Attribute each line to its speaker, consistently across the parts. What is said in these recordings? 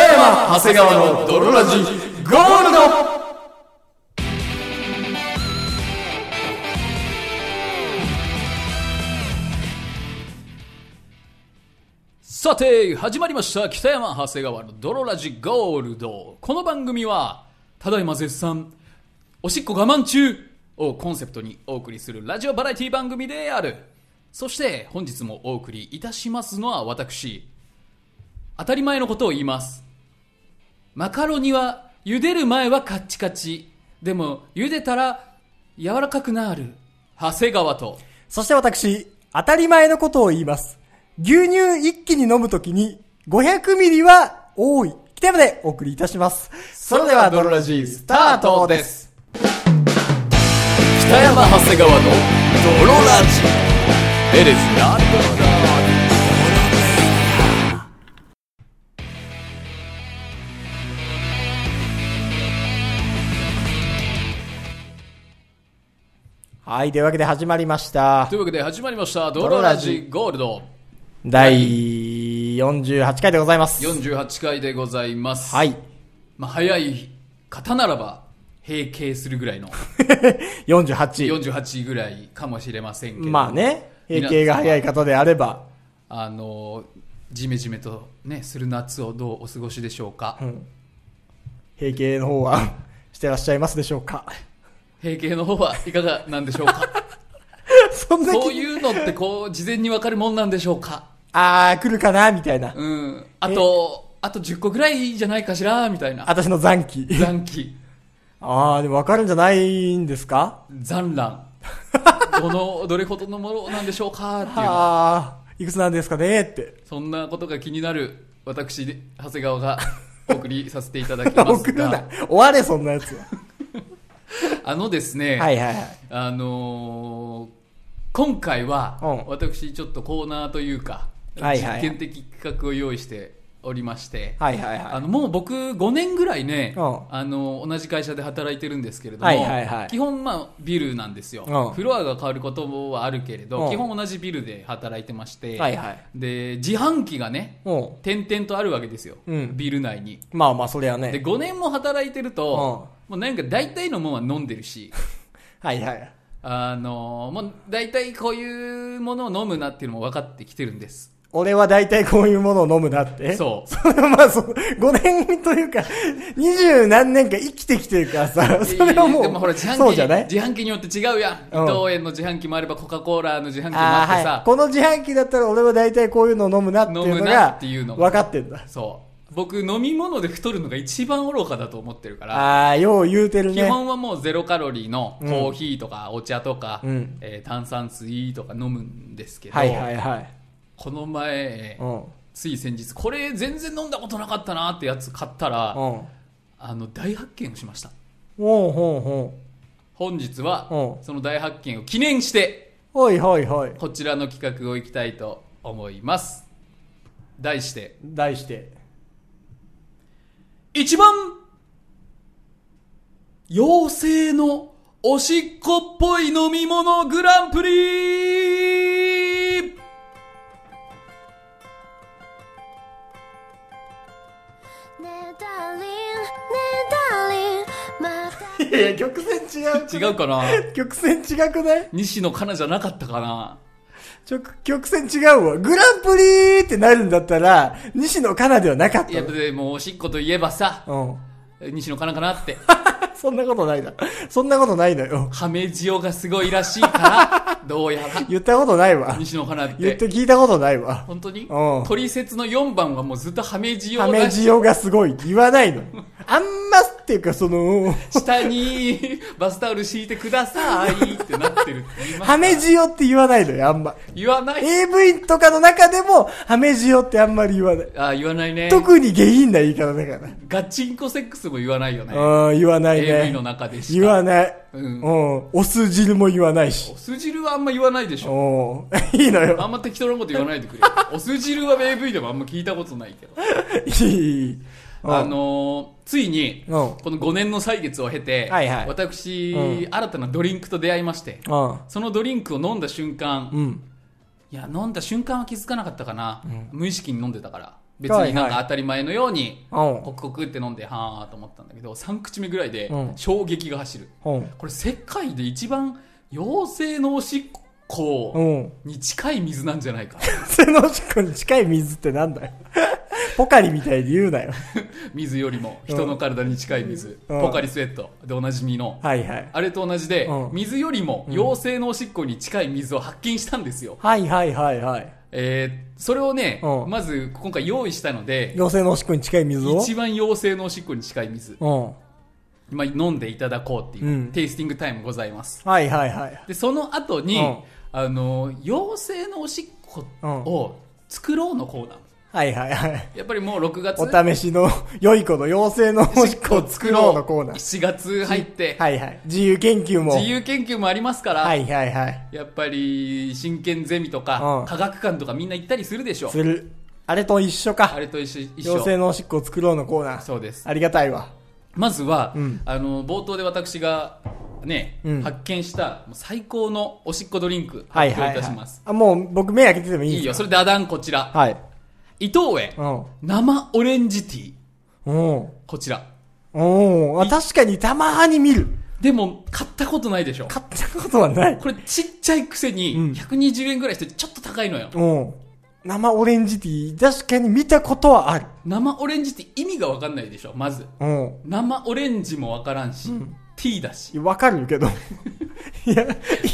Speaker 1: 長谷川の泥ラジゴールド
Speaker 2: さて、始まりました。北山長谷川の泥ラジゴールド。この番組は、ただいま絶賛、おしっこ我慢中をコンセプトにお送りするラジオバラエティ番組である。そして、本日もお送りいたしますのは私。当たり前のことを言います。マカロニは、茹でる前はカッチカチ。でも、茹でたら、柔らかくなる。長谷川と。
Speaker 3: そして私、当たり前のことを言います。牛乳一気に飲むときに、500ミリは多い。北山でお送りいたします。それでは、
Speaker 1: 泥ラジスタートです
Speaker 2: 北山長谷川の
Speaker 1: 泥ラジエレスな
Speaker 3: はい、というわけで始まりました
Speaker 2: とい。うわけで始まりました「ドロラジゴールド
Speaker 3: 第48回でございます。」
Speaker 2: 48回でございます、
Speaker 3: はい。
Speaker 2: まあ、早い方ならば閉経するぐらいの
Speaker 3: 48。
Speaker 2: 48ぐらいかもしれませんけれども
Speaker 3: まあね、閉経が早い方であれば、
Speaker 2: あのジメジメと、ね、する夏をどうお過ごしでしょうか、
Speaker 3: 閉経の方は してらっしゃいますでしょうか。
Speaker 2: 閉経の方はいかがなんで しょうか
Speaker 3: そんな
Speaker 2: そう
Speaker 3: 気
Speaker 2: いうのってこう事前に分かるもんなんでしょうか
Speaker 3: あー、来るかなみたいな。
Speaker 2: うんあとあと10個ぐらいじゃないかしらみたいな
Speaker 3: 私の残機。
Speaker 2: 残機
Speaker 3: あー、でもわかるんじゃないんですか
Speaker 2: 残 乱どのどれほどのものなんでしょうかっていう
Speaker 3: はあ、いくつなんですかねって。
Speaker 2: そんなことが気になる私長谷川がお送りさせていただきます
Speaker 3: 送るな
Speaker 2: が。
Speaker 3: 終われ、そんなやつは。
Speaker 2: あのですね、
Speaker 3: はいはいはい。
Speaker 2: あのー今回は、
Speaker 3: うん
Speaker 2: 私ちょっとコーナーというか、
Speaker 3: はいはいはい
Speaker 2: 実験的企画を用意しておりまして、
Speaker 3: はいはいはい。
Speaker 2: あのもう僕5年ぐらいね、
Speaker 3: うん
Speaker 2: あの同じ会社で働いてるんですけれども、
Speaker 3: はいはいはい
Speaker 2: 基本まあビルなんですよ、
Speaker 3: うん
Speaker 2: フロアが変わることはあるけれど、
Speaker 3: うん
Speaker 2: 基本同じビルで働いてまして、
Speaker 3: はいはい
Speaker 2: で自販機がね
Speaker 3: うん。
Speaker 2: 点々とあるわけですよ、
Speaker 3: うん
Speaker 2: ビル内に
Speaker 3: まあまあ、そりゃ
Speaker 2: で
Speaker 3: ね。
Speaker 2: 5年も働いてると、もうなんか大体のもんは飲んでるし
Speaker 3: はいはい。
Speaker 2: あのもう大体こういうものを飲むなっていうのも分かってきてるんです
Speaker 3: 俺は大体こういうものを飲むなって。う。
Speaker 2: そう
Speaker 3: それはまあそう、5年というか、二十何年間生きてきてるからさ、 それは
Speaker 2: いや
Speaker 3: も
Speaker 2: いや
Speaker 3: う、
Speaker 2: でもほら自販機
Speaker 3: そうじゃない
Speaker 2: 自販機によって違うやん、
Speaker 3: う
Speaker 2: 伊
Speaker 3: ん
Speaker 2: 藤園の自販機もあればコカ・コーラの自販機もあ
Speaker 3: あ
Speaker 2: って
Speaker 3: あ、
Speaker 2: さ、
Speaker 3: はい。この自販機だったら俺は大体こういうのを飲むなっていう
Speaker 2: 飲む
Speaker 3: の
Speaker 2: な
Speaker 3: が、
Speaker 2: っていうのが
Speaker 3: 分かってんだ。
Speaker 2: そう僕飲み物で太るのが一番愚かだと思ってるから
Speaker 3: ああ、よう言うてる
Speaker 2: 基
Speaker 3: ね。
Speaker 2: 本はもうゼロカロリーのコーヒーとかお茶とか、
Speaker 3: うん
Speaker 2: えー炭酸水とか飲むんですけど、
Speaker 3: はいはいはい。
Speaker 2: この前、
Speaker 3: うん。
Speaker 2: つい先日これ全然飲んだことなかったなってやつ買ったら、
Speaker 3: うん。
Speaker 2: あの大発見をしました
Speaker 3: ほうほうほう。
Speaker 2: 本日は、
Speaker 3: うん
Speaker 2: その大発見を記念して
Speaker 3: ほいほいほい。
Speaker 2: こちらの企画をいきたいと思います。題して、
Speaker 3: 題して。
Speaker 2: 一番妖精のおしっこっぽい飲み物グランプリ
Speaker 4: ねだりんねだりんまた
Speaker 3: いや、曲線違う。
Speaker 2: 違うかな
Speaker 3: 曲線違くない
Speaker 2: 西野カナじゃなかったかな
Speaker 3: ちょ曲線違うわ。グランプリーってなるんだったら、西野カナではなかった
Speaker 2: いや、
Speaker 3: の。
Speaker 2: でもおしっこといえばさ、
Speaker 3: うん。
Speaker 2: 西野カナかなって、
Speaker 3: そんなことないだ。そんなことないのよ。
Speaker 2: 亀塩がすごいらしいから、どうやら、
Speaker 3: 言ったことないわ。
Speaker 2: 西野カナって。
Speaker 3: 言って聞いたことないわ。
Speaker 2: 本当に
Speaker 3: うん
Speaker 2: 取説の4番はもうずっと亀塩
Speaker 3: ハメ
Speaker 2: らしい
Speaker 3: ジオがすごい。言わないの。あんまっていうか、そ の、
Speaker 2: 下にバスタオル敷いてくださいってなってるって言います
Speaker 3: ハメジオって言わないのよ、あんま。
Speaker 2: 言わない
Speaker 3: AV とかの中でも、ハメジオってあんまり言わない。
Speaker 2: あ言わないね
Speaker 3: 特に下品な言い方だから。
Speaker 2: ガチンコセックスも言わないよね
Speaker 3: うん、言わないね。
Speaker 2: AV の中でしか
Speaker 3: 言わない。
Speaker 2: う
Speaker 3: うんん。お酢汁も言わないし
Speaker 2: お。酢汁はあんま言わないでしょ
Speaker 3: おー いいの
Speaker 2: あ
Speaker 3: よ。
Speaker 2: んま適当なこと言わないでく れよお酢汁は AV でもあんま聞いたことないけど
Speaker 3: いいいい。うん
Speaker 2: あ、のーついに
Speaker 3: うん
Speaker 2: この5年の歳月を経て、
Speaker 3: はいはい
Speaker 2: 私、
Speaker 3: う
Speaker 2: 新たなドリンクと出会いまして
Speaker 3: うん。
Speaker 2: そのドリンクを飲んだ瞬間、
Speaker 3: うん。
Speaker 2: いや飲んだ瞬間は気づかなかったかな、無意識に飲んでたから別になん
Speaker 3: はいは
Speaker 2: か
Speaker 3: い
Speaker 2: 当たり前のように、
Speaker 3: うん
Speaker 2: コクコクって飲んで、はーと思ったんだけど、3口目ぐらいで
Speaker 3: うん
Speaker 2: 衝撃が走る。
Speaker 3: うん。
Speaker 2: これ世界で一番妖精のおしっこ
Speaker 3: うん。
Speaker 2: に近い水なんじゃない か。
Speaker 3: 普通のおしっこに近い水ってなんだよ。ポカリみたいに言うなよ。
Speaker 2: 水よりも人の体に近い水。
Speaker 3: うん
Speaker 2: ポカリスエットでおなじみの。
Speaker 3: はいはい。
Speaker 2: あれと同じで、
Speaker 3: うん
Speaker 2: 水よりも妖精のおしっこに近い水を発見したんですよ。
Speaker 3: はいはいはいはい。
Speaker 2: えーそれをね、
Speaker 3: うん
Speaker 2: まず今回用意したので、
Speaker 3: 妖精のおしっこに近い水を
Speaker 2: 一番妖精のおしっこに近い水、
Speaker 3: うん。
Speaker 2: まあ、飲んでいただこうっていう、
Speaker 3: うん
Speaker 2: テイスティングタイムございます。
Speaker 3: はいはいはい。
Speaker 2: で、その後に、
Speaker 3: うん
Speaker 2: あの、妖精のおしっこを作ろうのコーナー。
Speaker 3: はいはいはい。
Speaker 2: やっぱりもう6月。
Speaker 3: お試しの良い子の妖精のおしっこを作ろうのコーナー。
Speaker 2: 7月入って、
Speaker 3: はいはい。自由研究も。
Speaker 2: 自由研究もありますから、
Speaker 3: はいはいはい。
Speaker 2: やっぱり、真剣ゼミとか、
Speaker 3: うん
Speaker 2: 科学館とかみんな行ったりするでしょ。
Speaker 3: する。あれと一緒
Speaker 2: あ
Speaker 3: か。
Speaker 2: れと一緒。一緒
Speaker 3: 妖精のおしっこを作ろうのコーナー。
Speaker 2: そうです。
Speaker 3: ありがたいわ。
Speaker 2: まずは、
Speaker 3: うん
Speaker 2: あの冒頭で私が、ね
Speaker 3: うん
Speaker 2: 発見したもう最高のおしっこドリンク
Speaker 3: はい
Speaker 2: 発
Speaker 3: は
Speaker 2: 表い
Speaker 3: い、は
Speaker 2: た
Speaker 3: い
Speaker 2: します、
Speaker 3: あ、もう僕目開けててもい
Speaker 2: い
Speaker 3: い
Speaker 2: い
Speaker 3: です
Speaker 2: よ
Speaker 3: か
Speaker 2: それでアダンこちら
Speaker 3: はい。
Speaker 2: 伊藤園
Speaker 3: うん。
Speaker 2: 生オレンジティー
Speaker 3: うん。
Speaker 2: こちら
Speaker 3: うん。あ確かにたまーに見る。
Speaker 2: でも買ったことないでしょ
Speaker 3: 買ったことはない。
Speaker 2: これちっちゃいくせ
Speaker 3: うん
Speaker 2: に120円ぐらいしてちょっと高いのよ、
Speaker 3: うん。生オレンジティー、確かに見たことはある。
Speaker 2: 生オレンジティー意味が分かんないでしょまず
Speaker 3: う
Speaker 2: 生オレンジも分からんし、ティーだし
Speaker 3: ん。わか るけど。いや、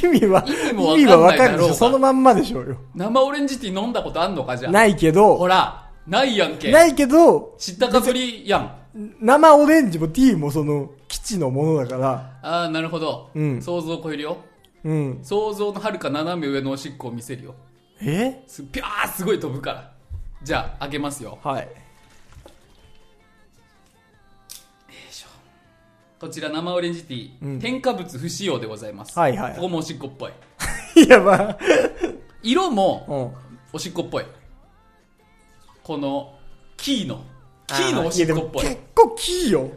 Speaker 3: 意味は、
Speaker 2: 意味も
Speaker 3: 意味は
Speaker 2: わ
Speaker 3: わ
Speaker 2: かんないだ
Speaker 3: かる
Speaker 2: ろう
Speaker 3: でし
Speaker 2: が
Speaker 3: ょ。そのまんまでしょうよ。
Speaker 2: 生オレンジティー飲んだことあんのかじゃあ
Speaker 3: ないけ
Speaker 2: ほ
Speaker 3: ど、
Speaker 2: らないやんけ
Speaker 3: ないけど、
Speaker 2: 知ったかぶりやん
Speaker 3: 生オレンジもティーもその、基地のものだから、
Speaker 2: ああなるほど、
Speaker 3: うん
Speaker 2: 想像を超えるよ
Speaker 3: うん。
Speaker 2: 想像のはるか斜め上のおしっこを見せるよ
Speaker 3: え
Speaker 2: すピャーすごい飛ぶからじゃあ開けますよ
Speaker 3: はい。
Speaker 2: こちら生オレンジティー、
Speaker 3: うん
Speaker 2: 添加物不使用でございます、
Speaker 3: はいはいはい
Speaker 2: ここもおしっこっぽい
Speaker 3: いや、まあ、
Speaker 2: 色
Speaker 3: う
Speaker 2: も
Speaker 3: ん。
Speaker 2: おしっこっぽいこのキーのキーのおしっこっぽい
Speaker 3: やでも結構キーよ。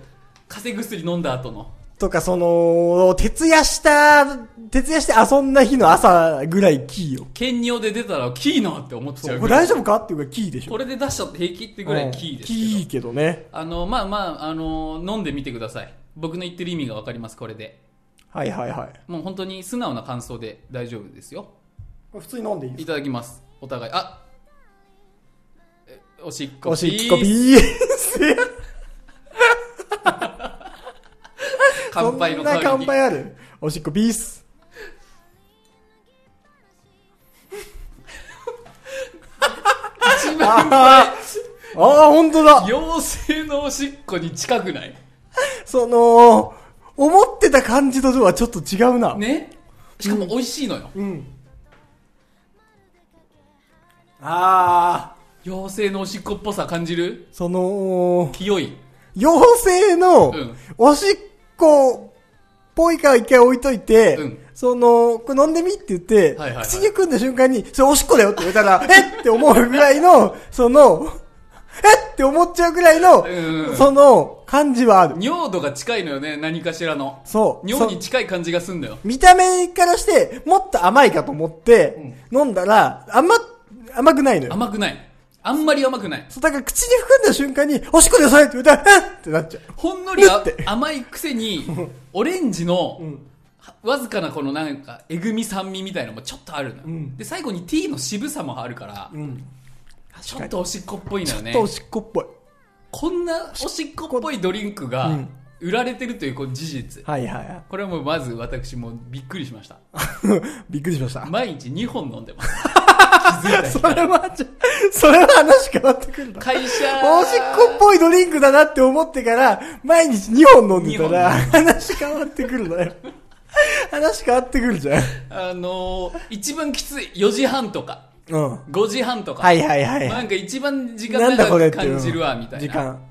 Speaker 2: 風邪薬飲んだ後の
Speaker 3: とか、その、徹夜した、徹夜して遊んだ日の朝ぐらいキーよ。
Speaker 2: 兼尿で出たらキーなって思っちゃう
Speaker 3: こ
Speaker 2: ぐ
Speaker 3: れ
Speaker 2: らい
Speaker 3: 大丈夫かっていうかキーでしょ。
Speaker 2: これで出しちゃって平気ってぐらいキーですけ
Speaker 3: う
Speaker 2: ど、
Speaker 3: んキーけどね。
Speaker 2: あのまあまああの飲んでみてください僕の言ってる意味がわかりますこれで
Speaker 3: はいはいはい。
Speaker 2: もう本当に素直な感想で大丈夫ですよ
Speaker 3: これ普通に飲んでいい
Speaker 2: いただきますお互いあえおしっこ
Speaker 3: おしっこ
Speaker 2: ピース
Speaker 3: ビース。
Speaker 2: 乾杯の
Speaker 3: そ
Speaker 2: 代
Speaker 3: んな
Speaker 2: わり
Speaker 3: 乾
Speaker 2: に
Speaker 3: 杯あるおしっこビース。
Speaker 2: 一番
Speaker 3: ああ、ほんとだ。
Speaker 2: 妖精のおしっこに近くない
Speaker 3: その、思ってた感じとはちょっと違うな。
Speaker 2: ねしかも美味しいのよ、
Speaker 3: うん。ああ、
Speaker 2: 妖精のおしっこっぽさ感じる
Speaker 3: その、
Speaker 2: 清い
Speaker 3: 妖精の
Speaker 2: うん
Speaker 3: おしっこっぽいから一回置いといて、
Speaker 2: うん
Speaker 3: その、これ飲んでみって言って、
Speaker 2: はいはいはい
Speaker 3: 口に組んだ瞬間に、それおしっこだよって言ったら、 えっって思うぐらいの、その、 えっって思っちゃうぐらいの、
Speaker 2: うん
Speaker 3: その感じはある。
Speaker 2: 尿度が近いのよね何かしらの
Speaker 3: そう。
Speaker 2: 尿に
Speaker 3: そ
Speaker 2: 近い感じがすんだよ
Speaker 3: 見た目からして、もっと甘いかと思って、飲んだら、甘、甘くないのよ。
Speaker 2: 甘くないあんまり甘くない
Speaker 3: そう、だから口に含んだ瞬間に、おしっこだよそれって言ったら、えっってなっちゃう。
Speaker 2: ほんのりあ
Speaker 3: うって
Speaker 2: 甘いくせに、オレンジの、はわずかなこのなんか、えぐみ酸味みたいなのもちょっとあるのよ、
Speaker 3: ん
Speaker 2: で、最後にティーの渋さもあるから、ちょっとおしっこっぽいのよね
Speaker 3: と。おしっこっぽい。
Speaker 2: こんなおしっこっぽいドリンク
Speaker 3: う
Speaker 2: が
Speaker 3: ん、
Speaker 2: 売られてるというこの事実。
Speaker 3: はいはいはい。
Speaker 2: これはもうまず私もうびっくりしました。
Speaker 3: びっくりしました。
Speaker 2: 毎日2本飲んでます。
Speaker 3: それは、ちょそれは話変わってくるな。
Speaker 2: 会社。
Speaker 3: おしっこっぽいドリンクだなって思ってから、毎日2本飲んでたら、
Speaker 2: 二
Speaker 3: 話変わってくるのよ。話変わってくるじゃん。
Speaker 2: あのー一番きつい。4時半とか、
Speaker 3: うん。
Speaker 2: 5時半とか。
Speaker 3: はいはいはい。
Speaker 2: なんか一番時間
Speaker 3: なんだこ
Speaker 2: 長
Speaker 3: れっ
Speaker 2: く
Speaker 3: ていう
Speaker 2: 感じるわ、みたいな。
Speaker 3: 時間。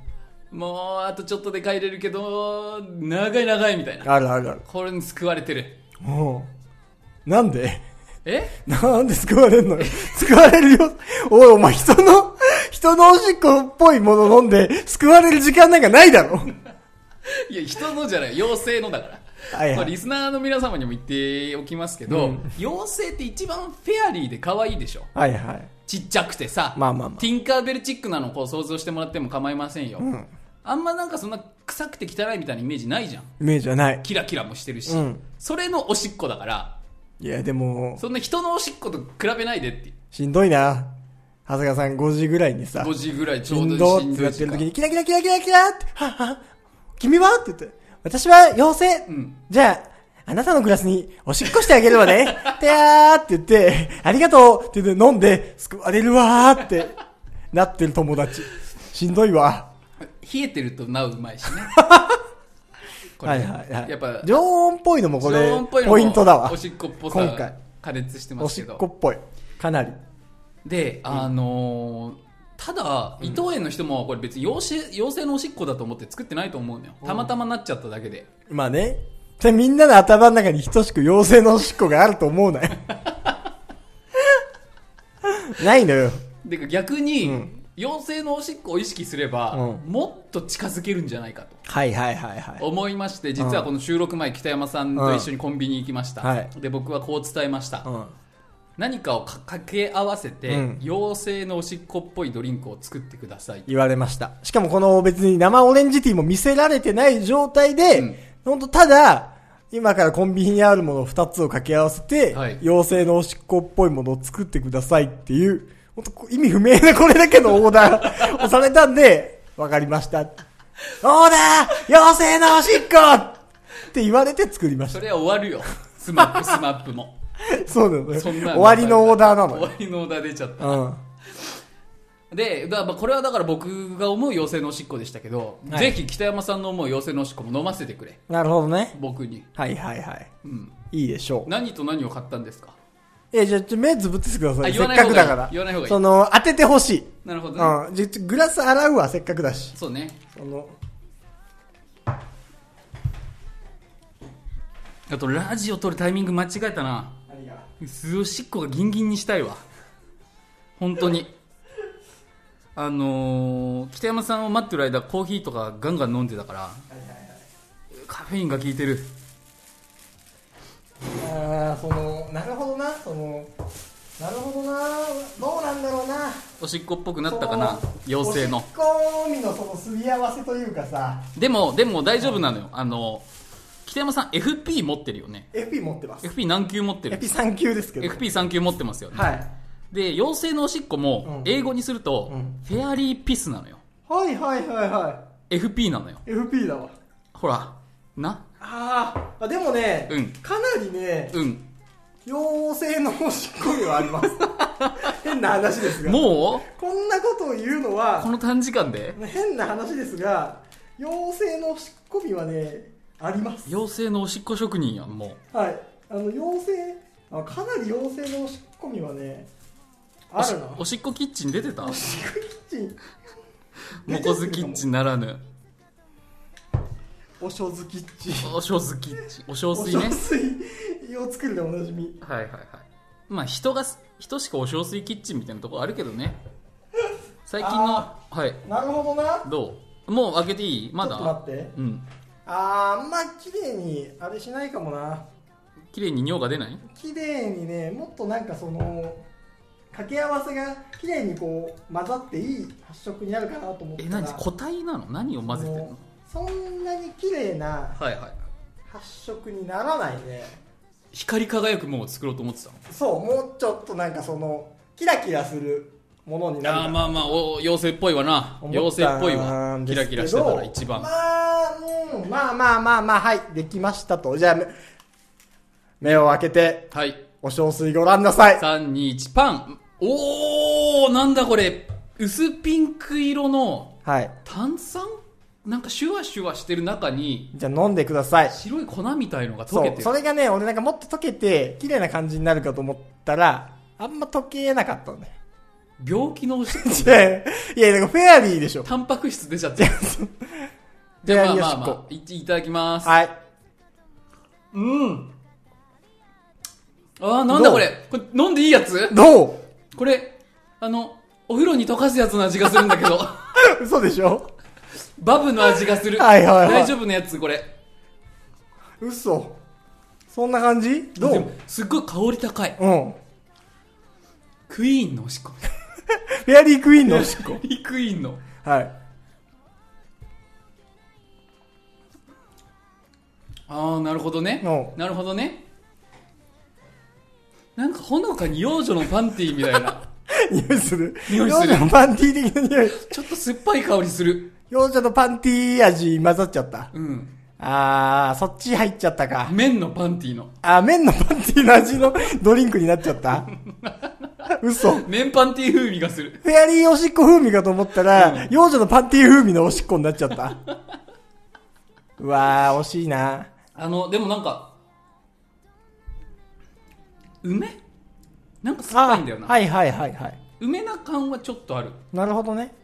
Speaker 2: もうあとちょっとで帰れるけど長い長いみたいな
Speaker 3: あるあるある。
Speaker 2: これに救われてる
Speaker 3: うん。なんで
Speaker 2: え
Speaker 3: なんで救われんのよ。救われるよ。おい、お前人の、人のおしっこっぽいもの飲んで、救われる時間なんかないだろ。
Speaker 2: いや人のじゃない妖精のだから
Speaker 3: はいはい
Speaker 2: これリスナーの皆様にも言っておきますけど、
Speaker 3: うん
Speaker 2: 妖精って一番フェアリーで可愛いでしょ
Speaker 3: はいはい。
Speaker 2: ちっちゃくてさ、
Speaker 3: まあまあまあ
Speaker 2: ティンカーベルチックなのをこう想像してもらっても構いませんよ、あんまなんかそんな臭くて汚いみたいなイメージないじゃん
Speaker 3: イメージはない。
Speaker 2: キラキラもしてるし、
Speaker 3: うん
Speaker 2: それのおしっこだから
Speaker 3: いや、でも、
Speaker 2: そんな人のおしっこと比べないでって
Speaker 3: しんどいな。長谷川さん5時ぐらいにさ、
Speaker 2: 5時ぐらいち
Speaker 3: し
Speaker 2: ょうんど
Speaker 3: ど
Speaker 2: し
Speaker 3: ー
Speaker 2: ん
Speaker 3: って
Speaker 2: ど
Speaker 3: や
Speaker 2: い
Speaker 3: っ
Speaker 2: 時
Speaker 3: てる
Speaker 2: 間
Speaker 3: 時に、キラキラキラキラキラって、はっは君はって言って、私は妖精、
Speaker 2: ん
Speaker 3: じゃあ、あなたのグラスにおしっこしてあげる わね。てやーって言って、ありがとうって言って飲んで、救われるわーってなってる友達。しんどいわ。
Speaker 2: 冷えてるとなううまいし ねこれ
Speaker 3: はいはいはい。
Speaker 2: やっぱ
Speaker 3: 常温っぽいのもこれ
Speaker 2: 常温っぽい、のも
Speaker 3: ポイントだわ
Speaker 2: お。しっこっぽ
Speaker 3: 今
Speaker 2: さ
Speaker 3: 回
Speaker 2: 加熱してま
Speaker 3: お
Speaker 2: す
Speaker 3: し
Speaker 2: け
Speaker 3: っ
Speaker 2: ど
Speaker 3: こっぽい。かなり。
Speaker 2: で、あのーただ、伊藤園の人もこれ別に妖精妖精のおしっこだと思って作ってないと思うのよたまたまなっちゃっただけで
Speaker 3: まあね。じゃあみんなの頭の中に等しく妖精のおしっこがあると思うな よ。ないのよ。
Speaker 2: で逆に、
Speaker 3: ん
Speaker 2: 妖精のおしっこを意識すれば、
Speaker 3: うん
Speaker 2: もっと近づけるんじゃないかと
Speaker 3: はいはいはいはい。
Speaker 2: 思いまして実はこの収録前北山さんと一緒にコンビニ行きました、
Speaker 3: うんはい
Speaker 2: で僕はこう伝えました、
Speaker 3: うん。
Speaker 2: 何かをか掛け合わせて、
Speaker 3: うん
Speaker 2: 妖精のおしっこっぽいドリンクを作ってください
Speaker 3: 言われました。しかもこの別に生オレンジティーも見せられてない状態で、
Speaker 2: うん
Speaker 3: ほんとただ、今からコンビニにあるものを2つを掛け合わせて、
Speaker 2: はい
Speaker 3: 妖精のおしっこっぽいものを作ってくださいっていう、本当意味不明なこれだけのオーダー をされたんで、わかりました。オーダー妖精のおしっこって言われて作りまし
Speaker 2: そ
Speaker 3: た。
Speaker 2: れは終わるよ スマップスマップも
Speaker 3: そうなのよ
Speaker 2: そん
Speaker 3: 終
Speaker 2: な
Speaker 3: わりのオーダーなの
Speaker 2: 終
Speaker 3: よ
Speaker 2: わ。りのオーダー出ちゃった
Speaker 3: うん。
Speaker 2: でだまあこれはだから僕が思う妖精のおしっこでしたけど、
Speaker 3: はい
Speaker 2: ぜひ北山さんの思う妖精のおしっこも飲ませてくれ
Speaker 3: なるほどね。
Speaker 2: 僕に、
Speaker 3: はいはいはい。
Speaker 2: うん、
Speaker 3: いいでしょう。
Speaker 2: 何と何を買ったんですか
Speaker 3: え、じゃあ、ちょ、目つぶっててくださ
Speaker 2: あ
Speaker 3: い。
Speaker 2: 言わ
Speaker 3: せっ
Speaker 2: ない
Speaker 3: か
Speaker 2: 方
Speaker 3: く
Speaker 2: がいい
Speaker 3: だから。
Speaker 2: 言わない方がいい
Speaker 3: その、当ててほしい。
Speaker 2: なるほ
Speaker 3: う
Speaker 2: ど
Speaker 3: ん。
Speaker 2: ね、
Speaker 3: じゃ、ちょグラス洗うわ、せっかくだし。
Speaker 2: そうね
Speaker 3: その、
Speaker 2: あとラジオ撮るタイミング間違えたな
Speaker 3: 何が
Speaker 2: すおしっこがギンギンにしたいわ本当にあのー、北山さんを待ってる間コーヒーとかガンガン飲んでたからカフェインが効いてる
Speaker 3: あー、その、なるほどな、その、なるほどな、どうなんだろうな。
Speaker 2: おしっこっぽくなったかな妖精の
Speaker 3: おしっこみのそのすり合わせというかさ、
Speaker 2: でもでも大丈夫なのよあの北山さん FP 持ってるよね
Speaker 3: FP 持ってます。
Speaker 2: FP 何級持ってる
Speaker 3: FP3 級ですけど。
Speaker 2: FP3 級持ってますよね、
Speaker 3: はい。
Speaker 2: で妖精のおしっこも
Speaker 3: うん
Speaker 2: 英語にすると、
Speaker 3: うん
Speaker 2: フェアリーピスなのよ
Speaker 3: はいはいはいは
Speaker 2: FP なのよ
Speaker 3: い。FP だわ。
Speaker 2: ほらな
Speaker 3: あー、あでもね、
Speaker 2: うん
Speaker 3: かなりね、
Speaker 2: うん
Speaker 3: 妖精のおしっこではあ ります。変な話ですが。
Speaker 2: もう
Speaker 3: こんなことを言うの
Speaker 2: こ
Speaker 3: は、
Speaker 2: の短時間で
Speaker 3: 変な話ですが、妖精のおしっこみはね、あります。
Speaker 2: 妖精のおしっこ職人やんもう
Speaker 3: はい。あの、妖精、あかなり妖精のおしっこみはね、あるな。
Speaker 2: おしっこキッチン出 てたも
Speaker 3: キッチ ン、
Speaker 2: こずキッチンならぬ
Speaker 3: おしょずキッチン、
Speaker 2: おしょずキッチンお小
Speaker 3: お
Speaker 2: 水ね
Speaker 3: 水を作るでおなじみ。
Speaker 2: はいはいはいまあ人が人しかお小水キッチンみたいなとこあるけどね最近のはい
Speaker 3: なるほどな。
Speaker 2: どうもう開けていいま
Speaker 3: ちょっと待
Speaker 2: だ
Speaker 3: って。
Speaker 2: うん
Speaker 3: あー、あんま綺麗に、あれしないかもな。
Speaker 2: 綺麗に尿が出ない
Speaker 3: 綺麗にねもっとなんかその掛け合わせが綺麗にこう混ざっていい発色になるかなと思って
Speaker 2: え何固体なの何を混ぜてるの
Speaker 3: そんなに綺麗な
Speaker 2: はいはい
Speaker 3: 発色にならないね
Speaker 2: 光り輝くものを作ろうと思ってたの
Speaker 3: そうもうちょっとなんかそのキラキラするものになる
Speaker 2: ああまあまあお妖精っぽいわな
Speaker 3: 思
Speaker 2: 妖
Speaker 3: た
Speaker 2: 精っ
Speaker 3: ん
Speaker 2: ぽいわ
Speaker 3: で
Speaker 2: キ
Speaker 3: す
Speaker 2: ラキ
Speaker 3: けど
Speaker 2: ラしてたら一番
Speaker 3: まあ、うん、まあまあまあまあはいできましたとじゃあめ目を開けて
Speaker 2: はい
Speaker 3: お小水ご覧なさい
Speaker 2: 3、2、1、パン。おー、なんだこれ。薄ピンク色の
Speaker 3: はい
Speaker 2: 炭酸なんかシュワシュワしてる中に、
Speaker 3: じゃあ飲んでください
Speaker 2: 白い粉みたいのが溶
Speaker 3: そ
Speaker 2: け
Speaker 3: う、
Speaker 2: て
Speaker 3: そ
Speaker 2: る。
Speaker 3: れがね、俺なんかもっと溶けて、綺麗な感じになるかと思ったら、あんま溶けなかったんだよ。
Speaker 2: 病気のおしっこ
Speaker 3: いや、いや、なんかフェアリーでしょ。
Speaker 2: タンパク質出ちゃってる。で、
Speaker 3: フ
Speaker 2: ま
Speaker 3: ェア
Speaker 2: あま
Speaker 3: リーおし
Speaker 2: あ
Speaker 3: っこ
Speaker 2: まあ、いいただきます。
Speaker 3: はい。
Speaker 2: うん。あー、なんだこれ。これ、飲んでいいやつ
Speaker 3: どう
Speaker 2: これ、あの、お風呂に溶かすやつの味がするんだけど。
Speaker 3: 嘘でしょ
Speaker 2: バブの味がする。
Speaker 3: はいはいはい
Speaker 2: 大丈夫なやつ、これ。
Speaker 3: 嘘。そんな感じど
Speaker 2: で
Speaker 3: う
Speaker 2: もすっごい香り高い。
Speaker 3: うん。
Speaker 2: クイーンのおしっこみたいな。
Speaker 3: フェアリークイーンのおしっこ。
Speaker 2: クイーンの。
Speaker 3: はい。
Speaker 2: ああ、なるほどね
Speaker 3: お。
Speaker 2: なるほどね。なんかほのかに幼女のパンティーみたい な。
Speaker 3: 匂いする。
Speaker 2: 匂いする
Speaker 3: 幼女のパンティー的な匂い。
Speaker 2: ちょっと酸っぱい香りする。
Speaker 3: 幼女のパンティー味混ざっちゃった。
Speaker 2: うん。
Speaker 3: あー、そっち入っちゃったか。
Speaker 2: 麺のパンティーの。
Speaker 3: あ、麺のパンティーの味のドリンクになっちゃった。嘘。フ
Speaker 2: 麺パンティー風味がする。
Speaker 3: ェアリーおしっこ風味かと思ったら、幼女のパンティー風味のおしっこになっちゃった。 うわー、惜しいな。
Speaker 2: あの、でもなんか、梅なんか酸っぱいんだよな。
Speaker 3: はいはいはいはい。
Speaker 2: 梅な感はちょっとある。
Speaker 3: なるほどね。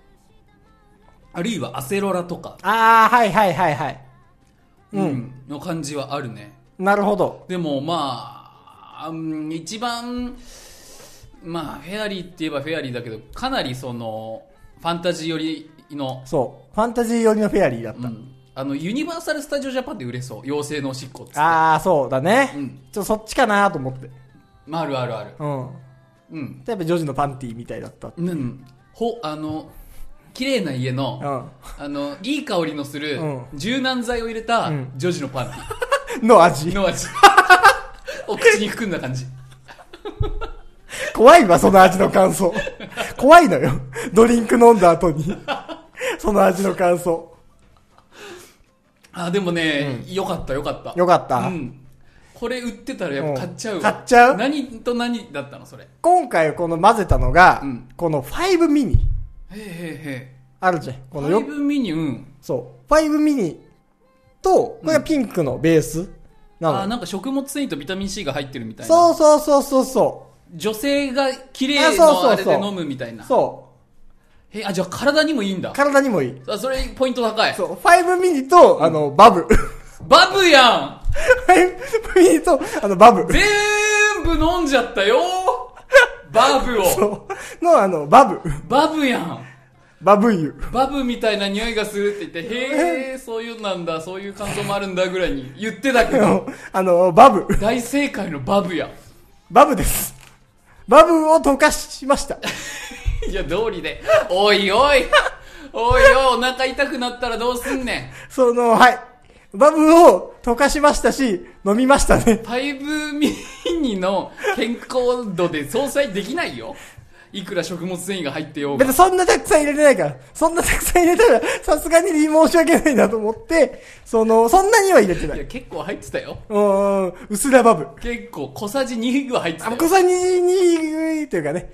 Speaker 2: あるいはアセロラとか、
Speaker 3: あー、はいはいはいはい。
Speaker 2: うん、の感じはあるね。
Speaker 3: なるほど。
Speaker 2: でもまあ、うん一番、まあ、フェアリーって言えばフェアリーだけど、かなりその、ファンタジー寄りの、
Speaker 3: そう。ファンタジー寄りのフェアリーだっ
Speaker 2: う
Speaker 3: た。
Speaker 2: んあの、ユニバーサル・スタジオ・ジャパンで売れそう。妖精のおしっこっつって。
Speaker 3: あー、そうだね。
Speaker 2: うん
Speaker 3: ちょっとそっちかなと思って。
Speaker 2: まあ、あるあるある。
Speaker 3: うん。
Speaker 2: うん。
Speaker 3: 例えば女児のパンティーみたいだった。う
Speaker 2: うん。ほ、あの、綺麗な家の、
Speaker 3: ん。
Speaker 2: あの、いい香りのする
Speaker 3: うん、
Speaker 2: 柔軟剤を入れた
Speaker 3: ん、
Speaker 2: ジョージのパンテ ィ
Speaker 3: の味。
Speaker 2: の味。 お口に含んだ感じ。
Speaker 3: 怖いわ、その味の感想。怖いのよ。ドリンク飲んだ後に。その味の感想。
Speaker 2: あ、でもね、よかったよかった。
Speaker 3: よかった。
Speaker 2: うん。これ売ってたらやっぱ買っちゃうわ。
Speaker 3: うん買っちゃう
Speaker 2: 何と何だったのそれ。へ
Speaker 3: 今回この混ぜたのが、
Speaker 2: うん
Speaker 3: この5ミニ。
Speaker 2: えへえへえ。
Speaker 3: あるじゃん。この
Speaker 2: ファ
Speaker 3: よ
Speaker 2: イ、ブミニュン。
Speaker 3: そう。5ミニと、これがピンクのベースなの。
Speaker 2: あ、なんか食物繊維とビタミン C が入ってるみたいな。
Speaker 3: そうそうそうそうそ
Speaker 2: 女性が綺麗
Speaker 3: あそうそうそ
Speaker 2: の
Speaker 3: う。
Speaker 2: あれで飲むみたいうな。
Speaker 3: そ
Speaker 2: へえあ、じゃあ体にもいいんだ
Speaker 3: う。。体にもいい。
Speaker 2: あ、それポイント高い。
Speaker 3: そう。5ミニと、あの、バブ。
Speaker 2: バブや
Speaker 3: 5ミニと、あの、バブ
Speaker 2: ん。全部飲んじゃったよバブを。
Speaker 3: そう。の、あの、バブ。
Speaker 2: バブやん。
Speaker 3: バブ湯。
Speaker 2: バブみたいな匂いがするって言って、へえ、そういうのなんだ、そういう感想もあるんだぐらいに言ってたけど、
Speaker 3: あの、バブ。
Speaker 2: 大正解のバブやん。
Speaker 3: バブです。バブを溶かしました。
Speaker 2: いや、道理で。おいおい。おいおい、お腹痛くなったらどうすんねん。
Speaker 3: その、はい。バブを溶かしましたし、飲みましたね。
Speaker 2: ファイブミニの健康度で相殺できないよ。いくら食物繊維が入ってよう
Speaker 3: 別
Speaker 2: が。
Speaker 3: にそんなたくさん入れてないから、そんなたくさん入れたら、さすがに申し訳ないなと思って、その、そんなには入れてない
Speaker 2: や、
Speaker 3: い。
Speaker 2: 結構入ってたよ。
Speaker 3: うーん、薄らバブ。
Speaker 2: 結構、小さじ2は入ってた
Speaker 3: あ、
Speaker 2: よ。
Speaker 3: 小さに、に、というかね、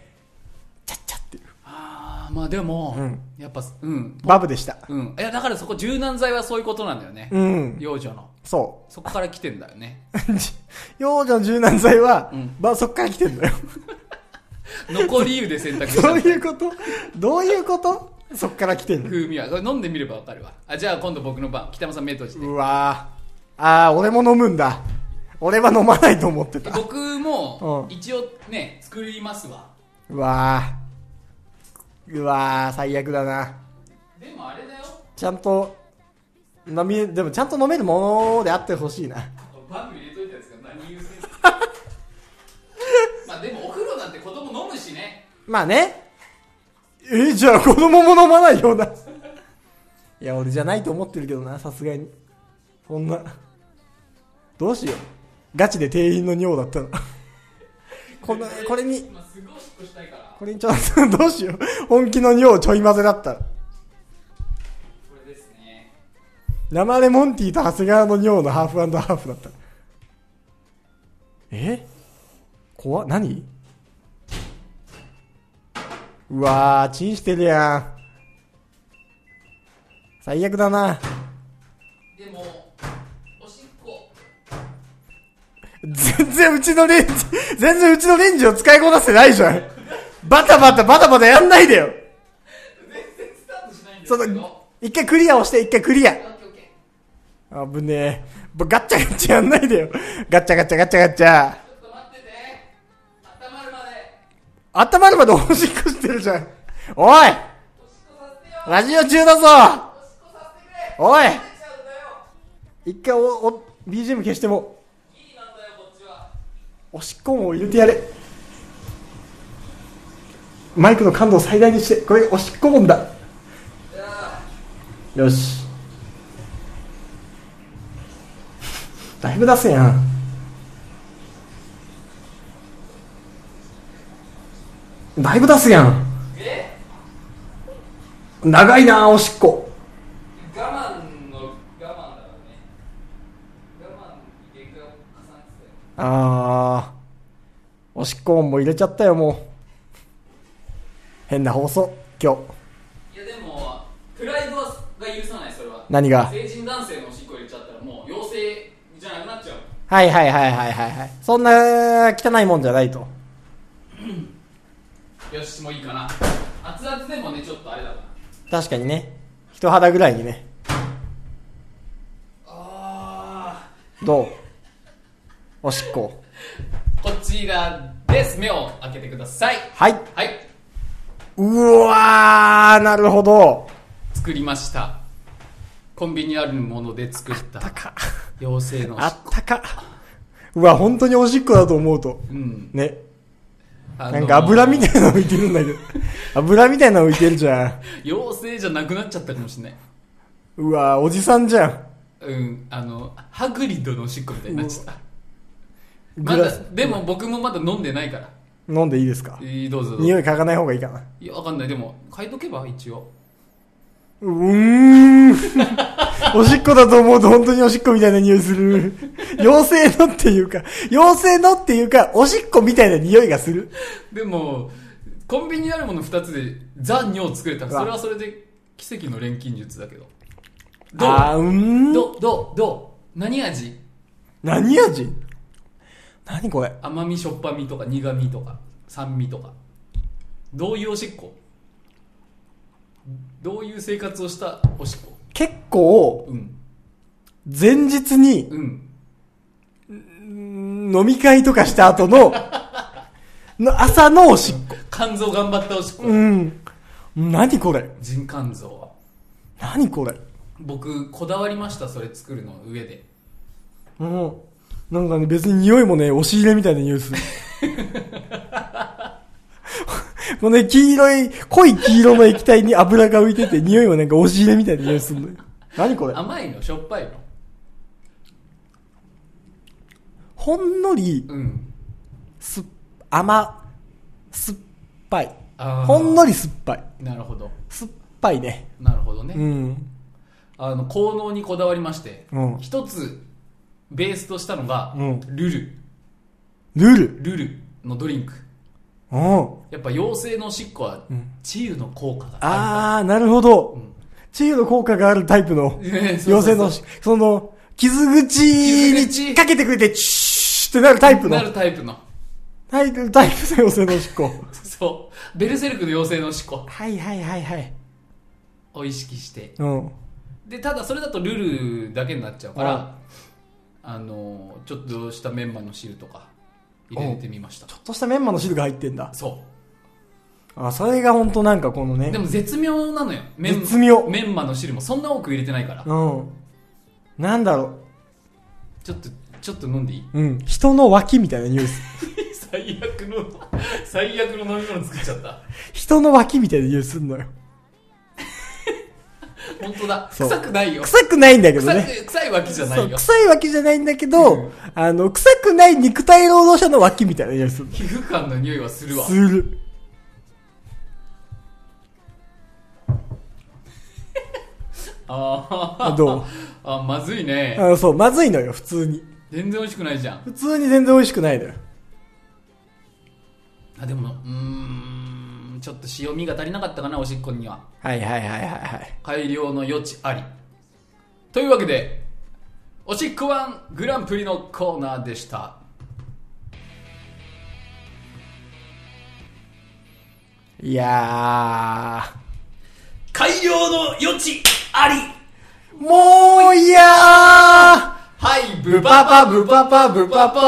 Speaker 3: ちゃっちゃっていう。
Speaker 2: あーまあでも、
Speaker 3: うん
Speaker 2: やっぱ、うん。
Speaker 3: バブでした。
Speaker 2: うん。いや、だからそこ柔軟剤はそういうことなんだよね。
Speaker 3: うん。
Speaker 2: 幼女の。
Speaker 3: そ
Speaker 2: そこから来てんだよね。
Speaker 3: う。 幼女の柔軟剤は、
Speaker 2: うん
Speaker 3: ば、そっから来てんだよ。
Speaker 2: 残り湯で洗濯し
Speaker 3: ど
Speaker 2: た
Speaker 3: う。いうことどういうことそっから来てんの
Speaker 2: 風味は。これ飲んでみればわかるわ。あ、じゃあ今度僕の番。北山さん目閉じて。
Speaker 3: うわぁ。あー、俺も飲むんだ。俺は飲まないと思ってた。
Speaker 2: 僕も
Speaker 3: うん
Speaker 2: 一応ね作りますわ
Speaker 3: うわぁ。うわぁ、最悪だな。
Speaker 2: でもあれだよ
Speaker 3: ちゃんと、飲み、でもちゃんと飲めるものであってほしいな。
Speaker 2: バブ入れといたやつが何言うてんのまあでもお風呂なんて子供飲むしね
Speaker 3: まあね。えーじゃあ子供も飲まないような。いや、俺じゃないと思ってるけどな、さすがに。そんな。どうしよう。ガチで店員の尿だったの。この、これに、
Speaker 2: 今すごいおしっこしたいから
Speaker 3: これにちょっと、どうしよう。本気の尿ちょい混ぜだったら。
Speaker 2: これですね
Speaker 3: 生レモンティーと長谷川の尿のハーフハーフだった。え怖っ何うわー、チンしてるやん。最悪だな。
Speaker 2: でもおしっこ
Speaker 3: 全然うちのレンジ、全然うちのレンジを使いこなせてないじゃん。バタバタバタバタやんないでよ。
Speaker 2: 全然スタートしないんです
Speaker 3: そ
Speaker 2: け
Speaker 3: の
Speaker 2: ど、
Speaker 3: 一回クリアをして、一回クリア。
Speaker 2: オッケーオッケ
Speaker 3: あぶねえ。ばガッチャガッチャやんないでよ。ガッチャガッチャガッチャガッチャ。
Speaker 2: ーちょっと待ってて温まるまで
Speaker 3: 温まるまでおしっこしてるじゃん。おいラジオ中だぞおい一回お、お、BGM 消しても。おしっこも入れてやれ。マイクの感度を最大にしてこれおしっこ音だよしだいぶ出すやんだいぶ出すやん長いなおしっこ
Speaker 2: 我慢の我慢だからね我慢に限界を重ねて
Speaker 3: あーおしっこ音も入れちゃったよもう変な放送今日
Speaker 2: いやでもプライドはが許さないそれは
Speaker 3: 何が
Speaker 2: 成人男性のおしっこ入れちゃったらもう妖精じゃなくなっちゃう
Speaker 3: はいはいはいはいはいはいそんな汚いもんじゃないと
Speaker 2: よしもういいかな熱々でもねちょっとあれだから
Speaker 3: 確かにね人肌ぐらいにね
Speaker 2: あ
Speaker 3: どうおしっこ
Speaker 2: ーこっちがです目を開けてください
Speaker 3: はい
Speaker 2: はいう
Speaker 3: わーなるほど
Speaker 2: 作りましたコンビニにあるもので作った
Speaker 3: か
Speaker 2: 妖精のおし
Speaker 3: あ
Speaker 2: っ
Speaker 3: っ
Speaker 2: こ
Speaker 3: たかうわ本当におしっこだと思うと
Speaker 2: うん
Speaker 3: ね
Speaker 2: あのー
Speaker 3: なんか油みたいなの浮いてるんだけど油みたいなの浮いてるじゃん
Speaker 2: 妖精じゃなくなっちゃったかもしれないう
Speaker 3: わおじさんじゃん
Speaker 2: うんあのハグリッドのおしっこみたいになっちゃった
Speaker 3: グ
Speaker 2: ま
Speaker 3: ラ
Speaker 2: だ
Speaker 3: ス
Speaker 2: でも僕もまだ飲んでないから
Speaker 3: 飲んでいいですか
Speaker 2: いいどうぞどうぞ
Speaker 3: 匂い嗅がない方がいいかない
Speaker 2: やわかんないでも書いとけば一応
Speaker 3: うーんおしっこだと思うと本当におしっこみたいな匂いする妖精のっていうか妖精のっていうかおしっこみたいな匂いがする
Speaker 2: でもコンビニにあるもの2つでザ・尿作れたら
Speaker 3: うわ
Speaker 2: それはそれで奇跡の錬金術だけどど
Speaker 3: あーう
Speaker 2: う
Speaker 3: ーん
Speaker 2: どうどうどう何味
Speaker 3: 何味何これ
Speaker 2: 甘みしょっぱみとか苦みとか酸味とかどういうおしっこどういう生活をしたおしっこ
Speaker 3: 結構
Speaker 2: うん
Speaker 3: 前日に
Speaker 2: うん
Speaker 3: 飲み会とかした 後のの朝のおしっこ
Speaker 2: 肝臓頑張ったおしっこ、
Speaker 3: うん何これ
Speaker 2: 人肝臓
Speaker 3: 何これ
Speaker 2: 僕こだわりましたそれ作るの上で
Speaker 3: もう、なんかね、別に匂いもね、押し入れみたいな匂いする。 このね、黄色い、濃い黄色の液体に油が浮いてて、匂いもなんか押し入れみたいな匂いするのよ。何これ
Speaker 2: 甘いのしょっぱいの
Speaker 3: ほんのり、
Speaker 2: うん
Speaker 3: すっ、甘、酸っぱい。
Speaker 2: あー
Speaker 3: ほんのり酸っぱい。
Speaker 2: なるほど
Speaker 3: 酸っぱいね。
Speaker 2: なるほどね、
Speaker 3: うん。
Speaker 2: あの効能にこだわりまして、
Speaker 3: うん
Speaker 2: 一つベースとしたのが、
Speaker 3: うん
Speaker 2: ルル
Speaker 3: ルル。
Speaker 2: ルルのドリンク
Speaker 3: うん。
Speaker 2: やっぱ妖精のおしっこは
Speaker 3: ん
Speaker 2: 治癒の効果があ
Speaker 3: あー、なるほど。
Speaker 2: ん
Speaker 3: 治癒の効果があるタイプの。
Speaker 2: る 妖
Speaker 3: 妖精の、その、傷口
Speaker 2: 傷
Speaker 3: に
Speaker 2: 口
Speaker 3: かけてくれて、チューってなるタイプの。
Speaker 2: なるタイプの
Speaker 3: タイプ、タイプの妖精のおしっこ。
Speaker 2: そうベルセルクの妖精のおしっこ
Speaker 3: はいはいはいはい。
Speaker 2: を意識して
Speaker 3: うん。
Speaker 2: でただそれだとルルだけになっちゃうからあのちょっとしたメンマの汁とか入れてみました
Speaker 3: ちょっとしたメンマの汁が入ってんだ。
Speaker 2: そ
Speaker 3: あ、それがほんとなんかこの
Speaker 2: う
Speaker 3: ね
Speaker 2: で。も絶妙なのよメン
Speaker 3: 絶妙
Speaker 2: メンマの汁もそんな多く入れてないから
Speaker 3: うん。なんだろ。
Speaker 2: ちょっとちょっと飲んでいいう
Speaker 3: うん。人の脇みたいな匂いする。
Speaker 2: 最悪の最悪の飲み物作っちゃった
Speaker 3: 人の脇みたいな匂いするのよ。
Speaker 2: 本当だ
Speaker 3: そう
Speaker 2: 臭くないよ
Speaker 3: 臭くないんだけど
Speaker 2: 臭
Speaker 3: ね。
Speaker 2: く臭いわけじゃな
Speaker 3: そ、
Speaker 2: いうよ
Speaker 3: 臭いわけじゃないんだけ
Speaker 2: う
Speaker 3: ど
Speaker 2: ん、
Speaker 3: あの、臭くない肉体労働者の脇みたいな匂いする
Speaker 2: 皮膚感の匂いはする
Speaker 3: の。
Speaker 2: わ
Speaker 3: する。
Speaker 2: あー
Speaker 3: どう
Speaker 2: あまずいね
Speaker 3: あそう、まずいのよ、普通に。
Speaker 2: 全然美味しくないじゃん
Speaker 3: 普通に全然美味しくないのよ。
Speaker 2: あでもうーんちょっと塩味が足りなかったかなおしっこには
Speaker 3: はいはいはいはいはい。
Speaker 2: 改良の余地ありというわけでおしっこワングランプリのコーナーでした
Speaker 3: いやー。
Speaker 2: 改良の余地あり
Speaker 3: もういやー
Speaker 2: はいブ
Speaker 3: ブ
Speaker 2: ババ
Speaker 3: パパ
Speaker 2: ブ
Speaker 3: ブ
Speaker 2: バ
Speaker 3: パ
Speaker 2: バ
Speaker 3: パ
Speaker 2: ブ
Speaker 3: ブ
Speaker 2: バ
Speaker 3: パ
Speaker 2: バ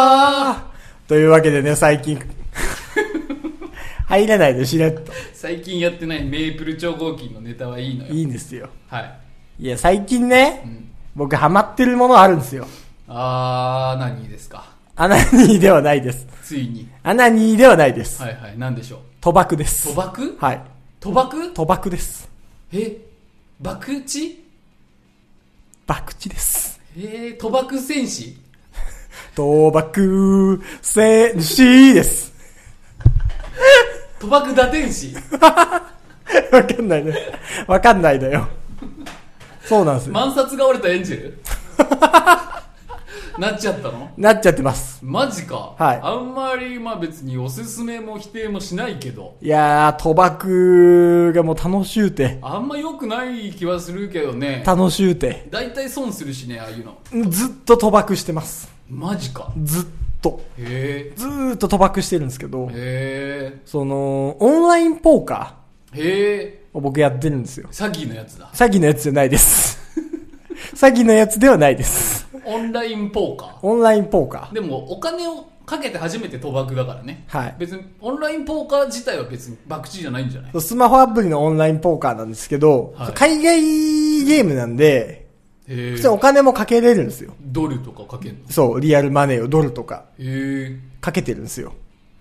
Speaker 3: パというわけでね、最近。 入れないでしれっと。
Speaker 2: 最近やってないメープル超合金のネタはいいのよ
Speaker 3: いいんですよ。
Speaker 2: はい、
Speaker 3: いや、最近
Speaker 2: う
Speaker 3: ね、
Speaker 2: ん、
Speaker 3: 僕ハマってるものあるんですよ。
Speaker 2: あー何ですか
Speaker 3: アナニーではないです。
Speaker 2: ついに
Speaker 3: アナニーではないです。
Speaker 2: はいはい何でしょう
Speaker 3: 賭博です
Speaker 2: 賭。博
Speaker 3: はい。
Speaker 2: 賭博
Speaker 3: 賭博です。
Speaker 2: え博打
Speaker 3: 博打です。
Speaker 2: えー、賭博戦士
Speaker 3: 賭博戦士です。
Speaker 2: 賭博打天使
Speaker 3: わかんないね。わかんないだよ。そうなんですよ。
Speaker 2: 万札が折れたエンジェ ルなっちゃったの
Speaker 3: なっちゃってます。
Speaker 2: マジか、
Speaker 3: はい
Speaker 2: あんまり、まあ別におすすめも否定もしないけど、
Speaker 3: いやー、賭博がもう楽しゅうて。
Speaker 2: あんま良くない気はするけどね。
Speaker 3: 楽しゅうて。
Speaker 2: 大体損するしね、ああいうの。
Speaker 3: ずっと賭博してます。
Speaker 2: マジか。
Speaker 3: ずっと。
Speaker 2: へ
Speaker 3: ずーっと賭博してるんですけど
Speaker 2: え。、へ
Speaker 3: その、オンラインポーカ
Speaker 2: え。へえ。
Speaker 3: ーを僕やってるんですよ。
Speaker 2: 詐欺のやつだ。
Speaker 3: 詐欺のやつじゃないです。 詐欺のやつではないです。
Speaker 2: オンラインポーカ
Speaker 3: オンラインポーカ
Speaker 2: ー。でも、お金をかけて初めて賭博だからね。
Speaker 3: はい
Speaker 2: 別に、オンラインポーカー自体は別に博打じゃないんじゃない
Speaker 3: ー。スマホアプリのオンラインポーカーなんですけど、
Speaker 2: はい
Speaker 3: 海外ゲームなんで、
Speaker 2: へえ
Speaker 3: 普。通にお金もかけれるんですよ。
Speaker 2: ドルとかかけんの
Speaker 3: そう、リアルマネーをドルとか
Speaker 2: へ
Speaker 3: かけてるんですよ。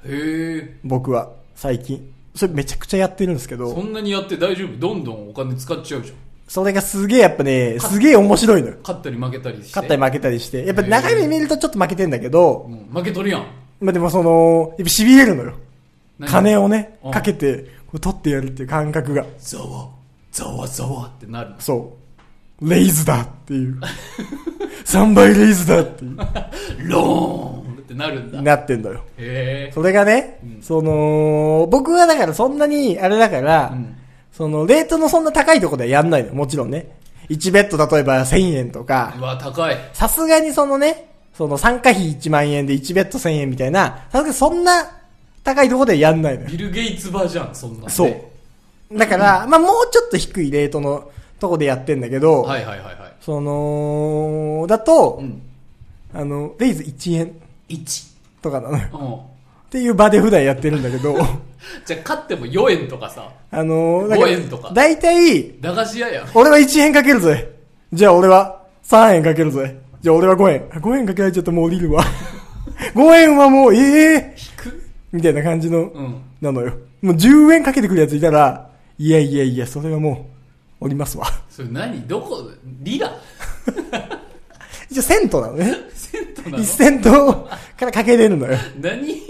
Speaker 2: え。へえ。
Speaker 3: 僕は、最近。それめちゃくちゃやってるんですけ
Speaker 2: そ
Speaker 3: ど、
Speaker 2: んなにやって大丈夫どんどんお金使っちゃうじゃん。
Speaker 3: それがすげえやっぱね、すげえ面白いのよ。
Speaker 2: 勝ったり負けたりして。
Speaker 3: 勝ったり負けたりして。やっぱ長い目見るとちょっと負けてんだけど、
Speaker 2: うん負けとるやん。
Speaker 3: まあでもその、やっぱ痺れるのよ。
Speaker 2: 何
Speaker 3: 金をね
Speaker 2: うん、
Speaker 3: かけて、こう取ってやるっていう感覚が。
Speaker 2: ざわざわざわってなるの
Speaker 3: そう。レイズだっていう。3倍レイズだっていう。
Speaker 2: ローンってなるんだ
Speaker 3: なってんだよ。
Speaker 2: へえ
Speaker 3: それがね、その、僕はだからそんなに、あれだから、
Speaker 2: うん
Speaker 3: その、レートのそんな高いとこではやんないの。もちろんね。1ベッド例えば1000円と
Speaker 2: う
Speaker 3: か、
Speaker 2: わ高い
Speaker 3: さすがにそのね、その参加費1万円で1ベッド1000円みたいな、さすがにそんな高いとこではやんないのよ。
Speaker 2: ビル・ゲイツバーじゃんそんなんね
Speaker 3: そう。だから、まあもうちょっと低いレートのとこでやってんだけど、
Speaker 2: はいはいはいはい
Speaker 3: その、だと、
Speaker 2: うん
Speaker 3: あの、レイズ1円
Speaker 2: 1
Speaker 3: とかなのよ。
Speaker 2: う
Speaker 3: っ
Speaker 2: ん
Speaker 3: ていう場で普段やってるんだけど、
Speaker 2: じゃあ勝っても4円とかさ
Speaker 3: あのー、だから
Speaker 2: 5円とか
Speaker 3: 大体、
Speaker 2: 駄菓子屋や
Speaker 3: 俺は1円かけるぜ。じゃあ俺は3円かけるぜ。じゃあ俺は5円。あ5円かけられちゃったもう降りるわ。5円はもう、ええ
Speaker 2: 引く
Speaker 3: みたいな感じの、
Speaker 2: うん
Speaker 3: なのよ。もう10円かけてくるやついたら、いやいやいや、それはもう、降りますわ。
Speaker 2: それ何どこリラ
Speaker 3: 一応銭湯なのね。
Speaker 2: 銭湯な
Speaker 3: 1
Speaker 2: の
Speaker 3: 銭湯からかけれるのよ。
Speaker 2: 何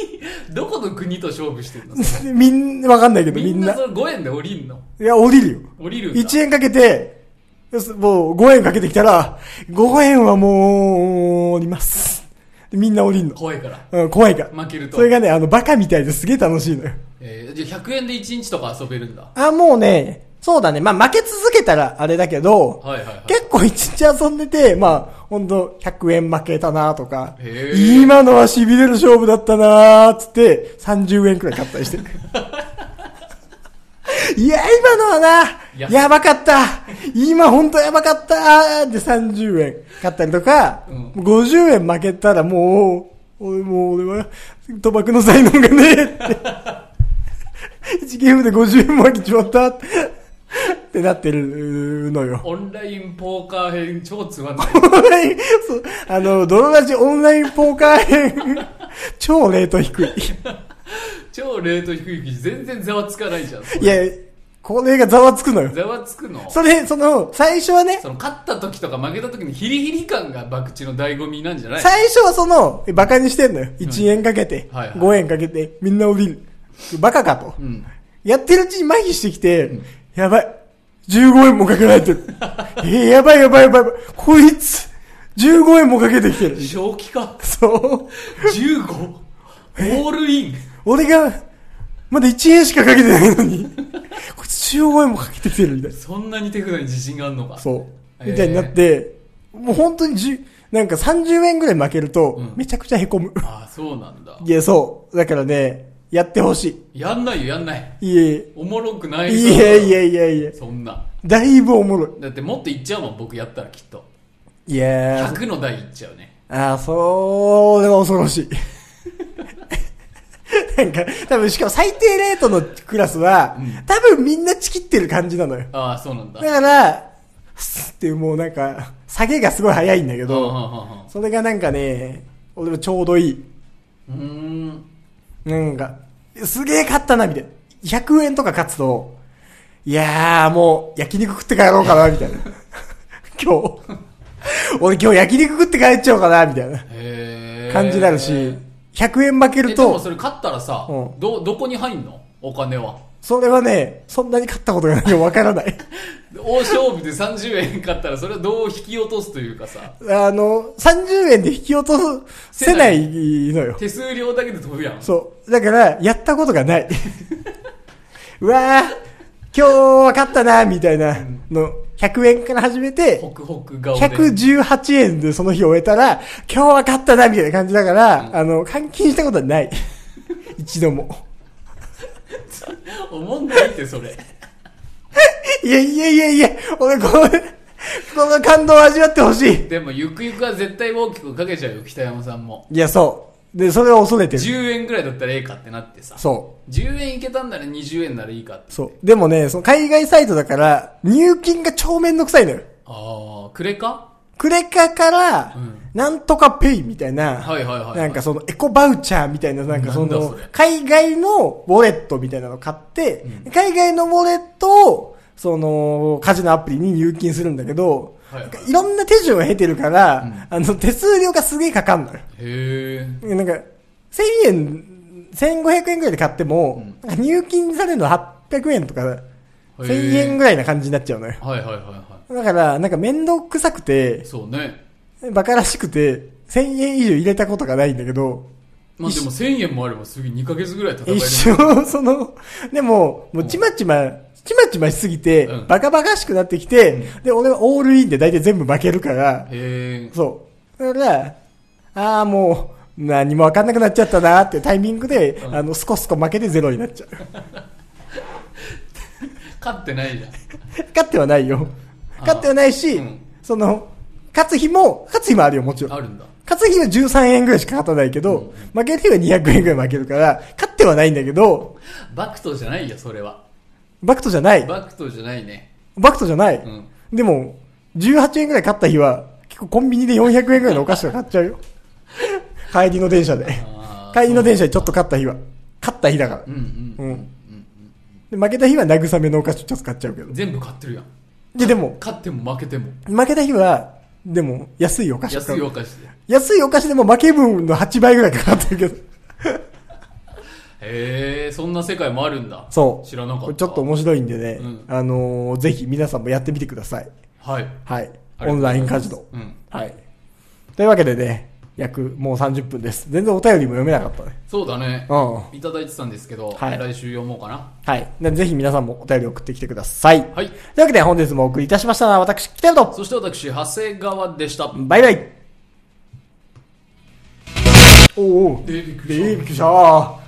Speaker 2: どこの国と勝負してんの
Speaker 3: みんな、わかんないけどみ
Speaker 2: み
Speaker 3: ん
Speaker 2: ん
Speaker 3: な
Speaker 2: な。その5円で降りんの
Speaker 3: いや、降りるよ。
Speaker 2: 降りるんだ
Speaker 3: 1円かけて、よしもう5円かけてきたら、5円はもう、降ります。でみんな降りんの。
Speaker 2: 怖いから、
Speaker 3: うん、怖いから。
Speaker 2: 負けると
Speaker 3: それがね、あの、バカみたいですげえ楽しいのよ。
Speaker 2: えー、じゃあ100円で1日とか遊べるんだ
Speaker 3: あ、もうね、そうだね。まあ、負け続けたらあれだけど、
Speaker 2: はいはいはい
Speaker 3: 結構一日遊んでて、まあ、ほんと、100円負けたなとか
Speaker 2: へ、ー
Speaker 3: 今のは痺れる勝負だったなーつって、30円くらい 買ったりしてる。いや、今のはな、
Speaker 2: 安い
Speaker 3: やばかった今ほんとやばかったで30円買ったりとか、
Speaker 2: うん
Speaker 3: 50円負けたらもう、俺もう俺は、賭博の才能がねえ って。1ゲームで50円も負けちまったってなってるのよ。
Speaker 2: オンラインポーカー編超つまんない
Speaker 3: オンライン、そう、あの、泥ラジオンラインポーカー編、超レート低い。
Speaker 2: 超レート低い記事全然ざわつかないじゃん
Speaker 3: いや、これがざわつくのよ。
Speaker 2: ざわつくのそ
Speaker 3: それ、その、最初はね、
Speaker 2: の勝った時とか負けた時のヒリヒリ感が博打の醍醐味なんじゃない
Speaker 3: 最初はその、バカにしてんのよ。1円かけて、
Speaker 2: はいはい
Speaker 3: 5円かけて、みんな降りる。バカかと。
Speaker 2: うん
Speaker 3: やってるうちに麻痺してきて、やばい。15円もかけら れてる。えーやばいやばいやばいやばい。こいつ、15円もかけてきてる。
Speaker 2: 正気か
Speaker 3: そう。
Speaker 2: 15オールイン
Speaker 3: 俺が、まだ1円しかかけてないのに、こいつ15円もかけてきてるみたいな。
Speaker 2: そんなに手札に自信があるのか
Speaker 3: そう。
Speaker 2: えー
Speaker 3: みたいになって、もう本当に10、なんか30円ぐらい負けると
Speaker 2: うん、
Speaker 3: めちゃくちゃ凹む。
Speaker 2: ああそうなんだ
Speaker 3: いや、そう。だからね、やってほし
Speaker 2: やんないよやんない
Speaker 3: い。いえい
Speaker 2: おもろくな
Speaker 3: え。
Speaker 2: い
Speaker 3: いえいえいえいえ。
Speaker 2: そんな
Speaker 3: だいぶおもろ
Speaker 2: だってもっといっちゃうもん僕やったらきっと
Speaker 3: い。いやー。
Speaker 2: 100の台いっちゃうね
Speaker 3: あー、それは恐ろしい。 なんか、多分しかも最低レートのクラスは、多分みんなちきってる感じなのよ。
Speaker 2: ああそうなんだ
Speaker 3: だから、スッっていうもうなんか、下げがすごい早いんだ
Speaker 2: うん
Speaker 3: け
Speaker 2: うん
Speaker 3: ど、それがなんかね、俺もちょうどいい。
Speaker 2: うんうんうーん
Speaker 3: なんか、すげえ勝ったな、みたいな。 100円とか勝つと、いやーもう焼肉食って帰ろうかな、みたいな。 今日、俺今日焼肉食って帰っちゃおうかな、みたいな
Speaker 2: へー
Speaker 3: 感じになるし、100円負け
Speaker 2: えで
Speaker 3: る
Speaker 2: も
Speaker 3: と、
Speaker 2: それ勝ったらさ、
Speaker 3: うん
Speaker 2: どどこに入んのお金は
Speaker 3: それはね、そんなに勝ったことがないかわからない。
Speaker 2: 大勝負で30円買ったらそれはどう引き落とすというかさ
Speaker 3: あの、30円で引き落とせないのよ。
Speaker 2: 手数料だけで飛ぶやん
Speaker 3: そう。だから、やったことがない。 うわー今日は勝ったな、みたいなの、100円から始めて、
Speaker 2: ホクホク顔で
Speaker 3: 118円でその日終えたら、今日は勝ったな、みたいな感じだから、あの、換金したことはない。 一度も。
Speaker 2: 思んないってそれ
Speaker 3: いやいやいやいや、俺この、この感動を味わってほしい。
Speaker 2: でもゆくゆくは絶対大きくかけちゃうよ北山さんも
Speaker 3: いや、そう。で、それを恐れてる。
Speaker 2: 10円ぐらいだったらええかってなってさ
Speaker 3: そう。
Speaker 2: 10円いけたんなら20円ならいいかって
Speaker 3: そう。でもね、その海外サイトだから、入金が超めんどくさいのよ。
Speaker 2: ああクレカ
Speaker 3: クレカから
Speaker 2: うん、
Speaker 3: なんとかペイみたいな、
Speaker 2: はいはいはいはい
Speaker 3: なんかそのエコバウチャーみたいな、なんかそ
Speaker 2: なんだ
Speaker 3: の
Speaker 2: それ、
Speaker 3: 海外のウォレットみたいなの買って、海外のウォレットを、その、カジノアプリに入金するんだけど、
Speaker 2: はいはい
Speaker 3: なんかいろんな手順を経てるから、あの、手数料がすげえかかんのよ。
Speaker 2: へえ
Speaker 3: なんか、1000円、1500円ぐらいで買っても、なんか入金されるの800円とか、1000円ぐらいな感じになっちゃうのよ。
Speaker 2: はいはいはいは
Speaker 3: だから、なんか面倒くさくて
Speaker 2: い、そうね
Speaker 3: バカらしくて、1000円以上入れたことがないんだけど、
Speaker 2: まあでも1000円もあれば次2ヶ月ぐらい戦える
Speaker 3: 一生、その、でも、もうちまちま、ちまちましすぎて、
Speaker 2: うん
Speaker 3: バカバカしくなってきて、で、俺はオールインで大体全部負けるから、
Speaker 2: へえ
Speaker 3: そう。だから、ああ、もう、何もわかんなくなっちゃったなーっていうタイミングで、あの、スコスコ負けてゼロになっちゃう。
Speaker 2: 勝ってないじゃん
Speaker 3: 勝ってはないよ。
Speaker 2: あー
Speaker 3: 勝ってはないし、
Speaker 2: うん
Speaker 3: その、勝つ日も、勝つ日もあるよ、もちろん
Speaker 2: あ。るんだ
Speaker 3: 勝つ日は13円ぐらいしか勝たないけど、負ける日は200円ぐらい負けるから、勝ってはないんだけど、
Speaker 2: バクトじゃないよそれは
Speaker 3: バクトじゃない。
Speaker 2: バクトじゃないね
Speaker 3: バクトじゃない。
Speaker 2: うん
Speaker 3: でも、18円ぐらい勝った日は、結構コンビニで400円ぐらいのお菓子とか買っちゃう よ。帰りの電車で。
Speaker 2: あー
Speaker 3: 帰りの電車でちょっと勝った日は。勝った日だから
Speaker 2: う。んうん
Speaker 3: うん。で負けた日は慰めのお菓子ちょっと買っちゃうけど。
Speaker 2: 全部買ってるやん
Speaker 3: で、でも、
Speaker 2: 勝っても負けても
Speaker 3: 負けた日は、でも、安いお菓子
Speaker 2: 安
Speaker 3: 買
Speaker 2: いうお菓子でへ
Speaker 3: 安いお菓子でも負け分の8倍ぐらいかかってるけど。
Speaker 2: えそんな世界もあるんだ
Speaker 3: そう。
Speaker 2: 知らなかった
Speaker 3: これちょっと面白いんでね、
Speaker 2: うん
Speaker 3: あのーぜひ皆さんもやってみてください。
Speaker 2: はい
Speaker 3: は
Speaker 2: あ
Speaker 3: い。
Speaker 2: りがと
Speaker 3: オ
Speaker 2: う
Speaker 3: ン
Speaker 2: ござ
Speaker 3: ラ
Speaker 2: い
Speaker 3: イ
Speaker 2: ま
Speaker 3: ン
Speaker 2: す
Speaker 3: カジノ。
Speaker 2: うん
Speaker 3: はい。というわけでね、約もう30分です。全然お便りも読めなかったね。
Speaker 2: そうだね
Speaker 3: う
Speaker 2: いただいてたんですけど、
Speaker 3: はい
Speaker 2: 来週読もうかな
Speaker 3: はい。でぜひ皆さんもお便り送ってきてください。
Speaker 2: はい
Speaker 3: というわけで本日もお送りいたしましたのは私、北山と、
Speaker 2: そして私長谷川でした
Speaker 3: バイバイおお
Speaker 2: えーびっくりした
Speaker 3: えーびっくりした。